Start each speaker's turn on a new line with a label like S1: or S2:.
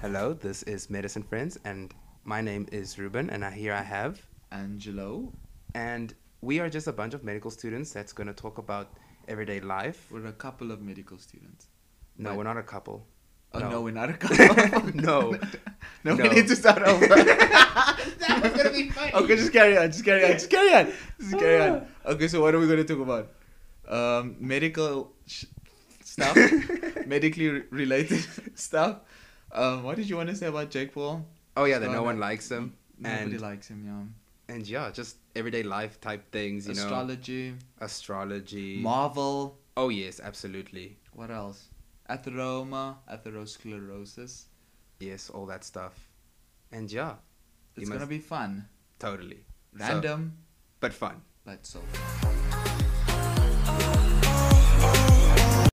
S1: Hello, this is Medicine Friends, and my name is Ruben, and I, here I have.
S2: Angelo,
S1: And we are just a bunch of medical students that's going to talk about everyday life.
S2: we're a couple of medical students.
S1: No,
S2: But-
S1: we're not a couple.
S2: Oh
S1: No.
S2: no, we're not a couple.
S1: No. No.
S2: no, we need to start over.
S3: That was gonna be funny.
S2: Okay, just carry on. Just carry on. Just carry on. Just carry on. Okay, so what are we going to talk about? Um, medical sh- stuff, medically re- related stuff. Um, what did you want to say about Jake Paul?
S1: Oh, yeah, that
S2: No,
S1: no
S2: no.
S1: one likes him.
S2: Nobody
S1: And,
S2: likes him. Yeah.
S1: and yeah, just everyday life type things, you know.
S2: Astrology,
S1: Astrology.
S2: Marvel.
S1: oh, yes, absolutely.
S2: What else? Atheroma, atherosclerosis.
S1: Yes, all that stuff. And yeah,
S2: It's
S1: must-
S2: gonna be fun,
S1: totally. So-
S2: random,
S1: but fun.
S2: but so. Fun.